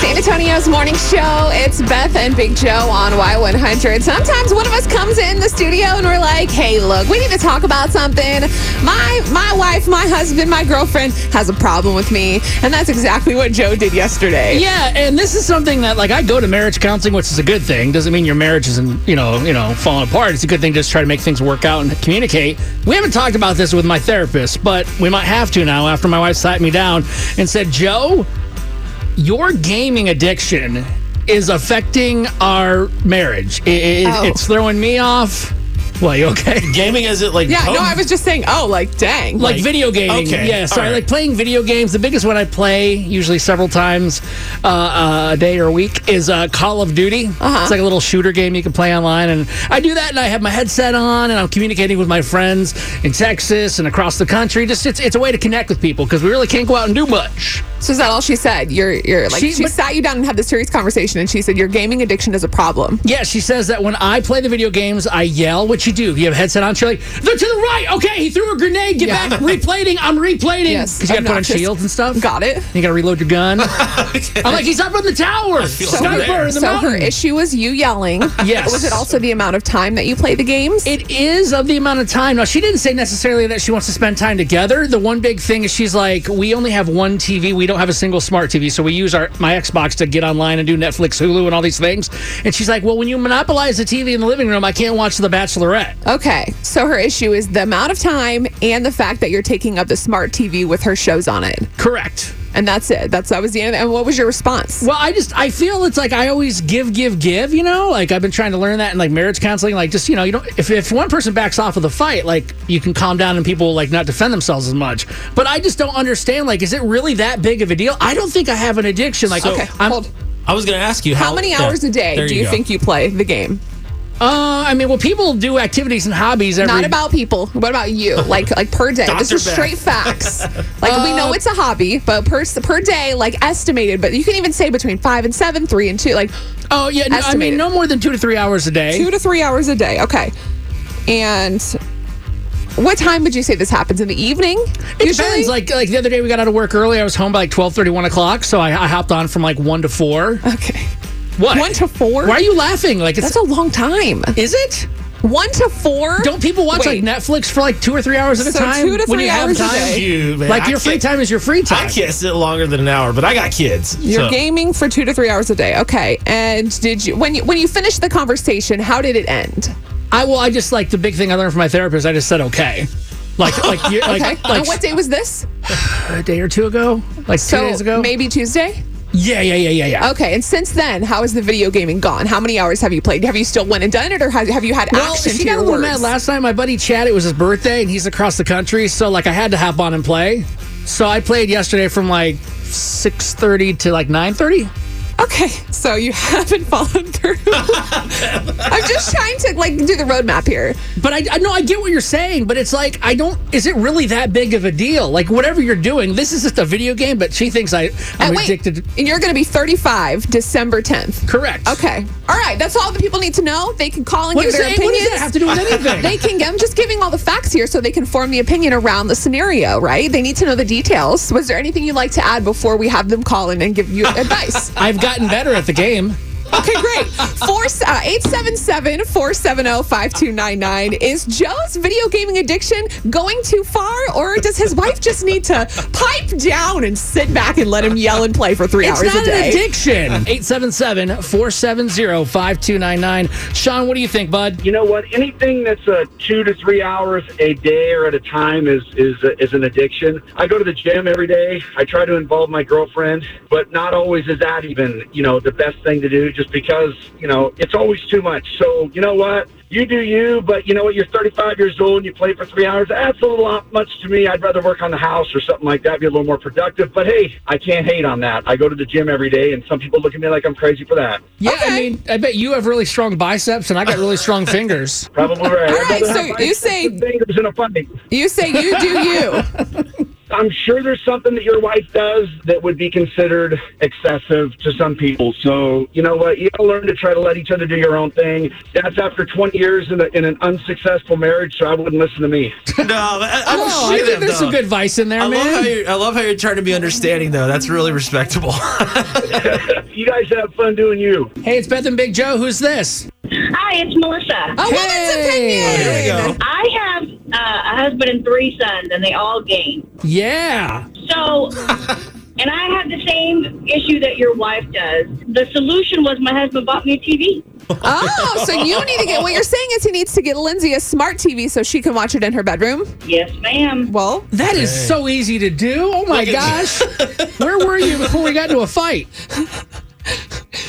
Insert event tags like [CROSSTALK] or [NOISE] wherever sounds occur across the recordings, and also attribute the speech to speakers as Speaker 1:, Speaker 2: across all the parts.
Speaker 1: San Antonio's morning show. It's Beth and Big Joe on Y100. Sometimes one of us comes in the studio and we're like, "Hey, look, we need to talk about something. My my wife, my husband, my girlfriend has a problem with me." And that's exactly what Joe did yesterday.
Speaker 2: Yeah, and this is something that like I go to marriage counseling, which is a good thing. Doesn't mean your marriage isn't you know you know falling apart. It's a good thing to just try to make things work out and communicate. We haven't talked about this with my therapist, but we might have to now after my wife sat me down and said, Joe, your gaming addiction is affecting our marriage. I- I-
Speaker 1: Oh.
Speaker 2: It's throwing me off. Well, you okay?
Speaker 3: Gaming is it like
Speaker 1: Yeah,
Speaker 3: Pug-
Speaker 1: no, I was just saying, "Oh, like dang."
Speaker 2: like,
Speaker 3: Like-
Speaker 2: video gaming.
Speaker 3: okay,
Speaker 2: Yeah, sorry.
Speaker 3: all right.
Speaker 2: Like playing video games. The biggest one I play, usually several times uh, uh, a day or a week, is uh, Call of Duty.
Speaker 1: Uh-huh.
Speaker 2: It's like a little shooter game you can play online, and I do that. And I have my headset on, and I'm communicating with my friends in Texas and across the country. Just it's it's a way to connect with people because we really can't go out and do much.
Speaker 1: So is that all she said? You're you're like she,
Speaker 2: She- but-
Speaker 1: sat you down and had this serious conversation, and she said your gaming addiction is a problem.
Speaker 2: Yeah, she says that when I play the video games, I yell. What you do? You have a headset on. She's like, "They're to the right." Okay, he threw a grenade. Get
Speaker 1: Yeah.
Speaker 2: back. Replating. I'm replating.
Speaker 1: Yes,
Speaker 2: you got to put on
Speaker 1: obnoxious.
Speaker 2: shields and stuff.
Speaker 1: Got it.
Speaker 2: You gotta reload your gun. I'm like, he's up on the tower.
Speaker 3: feel
Speaker 2: Sniper
Speaker 3: him there.
Speaker 2: in the
Speaker 1: So her
Speaker 2: mountain.
Speaker 1: issue was you yelling.
Speaker 2: [LAUGHS] Yes.
Speaker 1: Was it also the amount of time that you play the games?
Speaker 2: it is of the amount of time. Now, she didn't say necessarily that she wants to spend time together. The one big thing is she's like, we only have one TV. We don't have a single smart TV. So we use our my Xbox to get online and do Netflix, Hulu, and all these things. And she's like, well, when you monopolize the TV in the living room, I can't watch The Bachelorette.
Speaker 1: okay. So her issue is the amount of time and the fact that you're taking up the smart TV with her shows on it,
Speaker 2: Correct.
Speaker 1: and that's it. That's that was the end. And what was your response?
Speaker 2: Well, I just I feel it's like I always give, give, give. You know, like I've been trying to learn that in like marriage counseling. Like just you know, you don't if if one person backs off of the fight, like you can calm down and people will, like not defend themselves as much. But I just don't understand. Like, is it really that big of a deal? I don't think I have an addiction. Like,
Speaker 1: okay.
Speaker 2: I'm,
Speaker 1: hold.
Speaker 3: I was gonna ask you
Speaker 1: How
Speaker 3: how,
Speaker 1: many
Speaker 3: yeah,
Speaker 1: hours a day
Speaker 3: there
Speaker 1: do you
Speaker 3: go.
Speaker 1: think you play the game?
Speaker 2: Uh, I mean, well, people do activities and hobbies every.
Speaker 1: Not about people. What about you? Like like per day. this
Speaker 3: Dr.
Speaker 1: is
Speaker 3: Beth.
Speaker 1: straight facts. Like we know it's a hobby, but per per day, like estimated. But you can even say between five and seven, three and two, like
Speaker 2: Oh yeah, no, I mean,
Speaker 1: Estimated.
Speaker 2: no more than two to three hours a day.
Speaker 1: two to three hours a day. Okay, and. What time would you say this happens in the evening?
Speaker 2: It depends. Like like the other day, we got out of work early. I was home by like 12, 1 o'clock. So I, I hopped on from like one to four.
Speaker 1: okay,
Speaker 2: What
Speaker 1: One to four?
Speaker 2: Why are you laughing? Like it's
Speaker 1: that's a long time.
Speaker 2: Is it?
Speaker 1: One to four.
Speaker 2: Don't people watch
Speaker 1: Wait.
Speaker 2: like Netflix for like two or three hours at a
Speaker 1: So
Speaker 2: time?
Speaker 1: two to
Speaker 2: when
Speaker 1: three
Speaker 2: you
Speaker 1: hours a
Speaker 2: have time?
Speaker 1: day.
Speaker 3: You, man,
Speaker 2: Like
Speaker 3: I
Speaker 2: your free
Speaker 3: can't-
Speaker 2: time is your free time.
Speaker 3: I can't sit longer than an hour, but I got kids.
Speaker 1: You're
Speaker 3: so.
Speaker 1: gaming for two to three hours a day. Okay, and did you when you when you finished the conversation? How did it end?
Speaker 2: I well, I just like the big thing I learned from my therapist. I just said okay,
Speaker 1: [LAUGHS]
Speaker 2: like like you like
Speaker 1: Okay,
Speaker 2: like
Speaker 1: and what day was this?
Speaker 2: a day or two ago, like
Speaker 1: So
Speaker 2: two days ago.
Speaker 1: maybe Oh, Tuesday.
Speaker 2: yeah, yeah, yeah, yeah, yeah.
Speaker 1: Okay, and since then, how has the video gaming gone? How many hours have you played? Have you still went and done it, or have have you had
Speaker 2: Well,
Speaker 1: action
Speaker 2: she
Speaker 1: to
Speaker 2: got a
Speaker 1: your
Speaker 2: little
Speaker 1: words?
Speaker 2: mad last time. My buddy Chad, it was his birthday, and he's across the country, so like I had to hop on and play. So I played yesterday from like six thirty to like nine thirty.
Speaker 1: okay, so you [LAUGHS] haven't fallen
Speaker 2: [LAUGHS]
Speaker 1: through. I'm just trying to like do the roadmap here.
Speaker 2: But I, I know I get what you're saying, but it's like I don't. Is it really that big of a deal? Like whatever you're doing, this is just a video game. But she thinks I, I'm
Speaker 1: and wait,
Speaker 2: addicted. to-
Speaker 1: and you're going to be 35 December 10th.
Speaker 2: Correct.
Speaker 1: Okay, all right. That's all the people need to know. They can call and
Speaker 2: What
Speaker 1: give
Speaker 2: does,
Speaker 1: their
Speaker 2: that, what
Speaker 1: opinions.
Speaker 2: does that have to do with
Speaker 1: [LAUGHS]
Speaker 2: anything?
Speaker 1: they can. I'm just giving all the facts here so they can form the opinion around the scenario, right? They need to know the details. Was there anything you'd like to add before we have them call in and give
Speaker 2: [LAUGHS]
Speaker 1: you advice?
Speaker 2: I've gotten better at the game.
Speaker 1: Okay, great. Four, uh, 877-470-5299. Is Joe's video gaming addiction going too far, or does his wife just need to pipe down and sit back and let him yell and play for three
Speaker 2: It's
Speaker 1: hours
Speaker 2: not
Speaker 1: a day?
Speaker 2: an addiction. 877 470 5299. Sean, what do you think, bud?
Speaker 4: you know what? Anything that's uh, two to three hours a day or at a time is is uh, is an addiction. I go to the gym every day. I try to involve my girlfriend, but not always is that even you know the best thing to do. Just because you know it's always too much. So you know what? You do you, but you know what? You're 35 years old and you play for three hours. That's a little lot much to me. I'd rather work on the house or something like that, be a little more productive. But hey, I can't hate on that. I go to the gym every day, and some people look at me like I'm crazy for that.
Speaker 2: Yeah, I
Speaker 1: Okay.
Speaker 2: mean, I bet you have really strong biceps and I got really
Speaker 1: [LAUGHS]
Speaker 2: strong fingers.
Speaker 4: Probably right.
Speaker 1: All right,
Speaker 4: I'd rather
Speaker 1: so
Speaker 4: have
Speaker 1: you
Speaker 4: biceps
Speaker 1: say-
Speaker 4: than fingers in a fight.
Speaker 1: You say you do you.
Speaker 4: I'm sure there's something that your wife does that would be considered excessive to some people. So you know what? You gotta learn to try to let each other do your own thing. That's after 20 years in, a, in an unsuccessful marriage. So I wouldn't listen to me.
Speaker 3: No, uh, I, I don't
Speaker 1: Oh,
Speaker 2: No,
Speaker 3: see
Speaker 2: I think
Speaker 3: them,
Speaker 2: there's
Speaker 3: though.
Speaker 2: some good advice in there,
Speaker 3: I love,
Speaker 2: man.
Speaker 3: how you're, I love how you're trying to be understanding, though. That's really respectable. [LAUGHS]
Speaker 4: You guys have fun doing you.
Speaker 2: hey, it's Beth and Big Joe. Who's this?
Speaker 5: Hi, it's Melissa.
Speaker 1: A woman's
Speaker 2: Hey.
Speaker 1: opinion.
Speaker 3: There we go.
Speaker 5: I have uh, a husband and three sons, and they all game.
Speaker 2: Yeah.
Speaker 5: So, and I have the same issue that your wife does. The solution was my husband bought me a TV.
Speaker 1: Oh, so you need to get what you're saying is he needs to get Lindsay a smart TV so she can watch it in her bedroom.
Speaker 5: Yes, ma'am.
Speaker 1: Well,
Speaker 2: That is
Speaker 3: Hey.
Speaker 2: so easy to do. Oh my
Speaker 3: Look at
Speaker 2: gosh. Where were you before we got into a fight?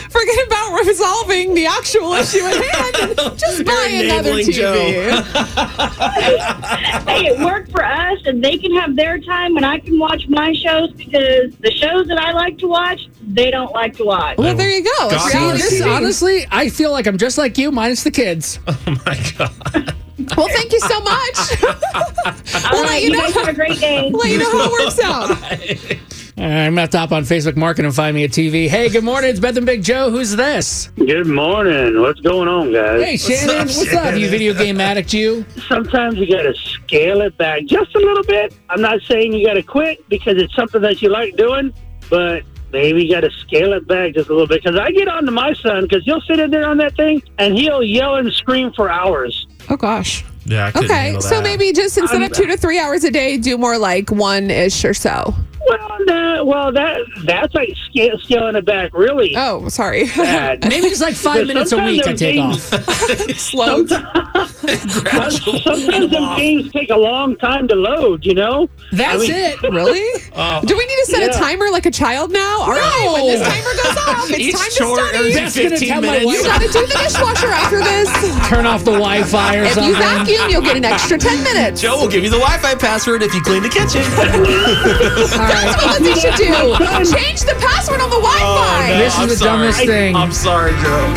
Speaker 1: forget about resolving the actual issue at hand. and Just buy
Speaker 3: You're
Speaker 1: another
Speaker 3: enabling
Speaker 1: TV.
Speaker 5: Hey, it worked for us, and they can have their time, and I can watch my shows because the shows that I like to watch, they don't like to watch.
Speaker 1: Well, there you go. It's
Speaker 3: God,
Speaker 2: See,
Speaker 1: reality
Speaker 3: Honestly.
Speaker 2: this,
Speaker 1: TV.
Speaker 2: honestly, I feel like I'm just like you, minus the kids.
Speaker 3: oh, my God.
Speaker 1: Well, thank you so much.
Speaker 5: All right,
Speaker 1: you
Speaker 5: you
Speaker 1: know-
Speaker 5: guys have a
Speaker 1: [LAUGHS]
Speaker 5: great day.
Speaker 1: Let you know how it works out.
Speaker 2: All right, I'm going to hop on Facebook Market and find me a TV. Hey, good morning. It's Beth and Big Joe. Who's this?
Speaker 6: Good morning. What's going on, guys?
Speaker 2: Hey, Shannon.
Speaker 3: up,
Speaker 2: What's up, you
Speaker 3: Shannon?
Speaker 2: video game addict, you?
Speaker 6: Sometimes you got to scale it back just a little bit. I'm not saying you got to quit because it's something that you like doing, but maybe you got to scale it back just a little bit. Because I get on to my son because he'll sit in there on that thing and he'll yell and scream for hours.
Speaker 1: Oh gosh.
Speaker 3: Yeah, I couldn't
Speaker 1: Okay,
Speaker 3: handle
Speaker 1: so
Speaker 3: that.
Speaker 1: maybe just instead of
Speaker 6: I'm-
Speaker 1: two to three hours a day, do more like one ish or so.
Speaker 6: Well, no, well that that's like scale, scaling it back really
Speaker 1: Oh, sorry.
Speaker 2: [LAUGHS]
Speaker 6: bad.
Speaker 2: Maybe it's like five
Speaker 6: Because
Speaker 2: minutes a
Speaker 6: sometimes
Speaker 2: week I
Speaker 6: them
Speaker 2: take
Speaker 6: games-
Speaker 2: off.
Speaker 1: Slow.
Speaker 3: Gradual
Speaker 6: Sometimes them
Speaker 3: off.
Speaker 6: games take a long time to load. You know.
Speaker 2: That's
Speaker 6: mean-
Speaker 2: it.
Speaker 1: Really?
Speaker 3: Oh.
Speaker 1: [LAUGHS] Do we need to set a
Speaker 6: Yeah.
Speaker 1: timer like a child now? All right, when this
Speaker 2: No.
Speaker 1: timer goes off, it's
Speaker 3: Each
Speaker 1: time
Speaker 3: chore
Speaker 1: to study.
Speaker 3: earns
Speaker 2: That's gonna
Speaker 3: 15
Speaker 2: tell my
Speaker 3: minutes.
Speaker 2: wife
Speaker 1: You gotta do the dishwasher after this.
Speaker 2: Turn off the Wi Fi or
Speaker 1: If
Speaker 2: something.
Speaker 1: you vacuum, you'll get an extra 10 minutes.
Speaker 3: [LAUGHS] Joe will give you the Wi-Fi password if you clean the
Speaker 1: [LAUGHS]
Speaker 3: kitchen.
Speaker 1: That's what
Speaker 3: Oh,
Speaker 1: Lindsay should do. Change the password on the Wi Fi.
Speaker 2: This is the dumbest thing.
Speaker 3: I'm sorry, Joe.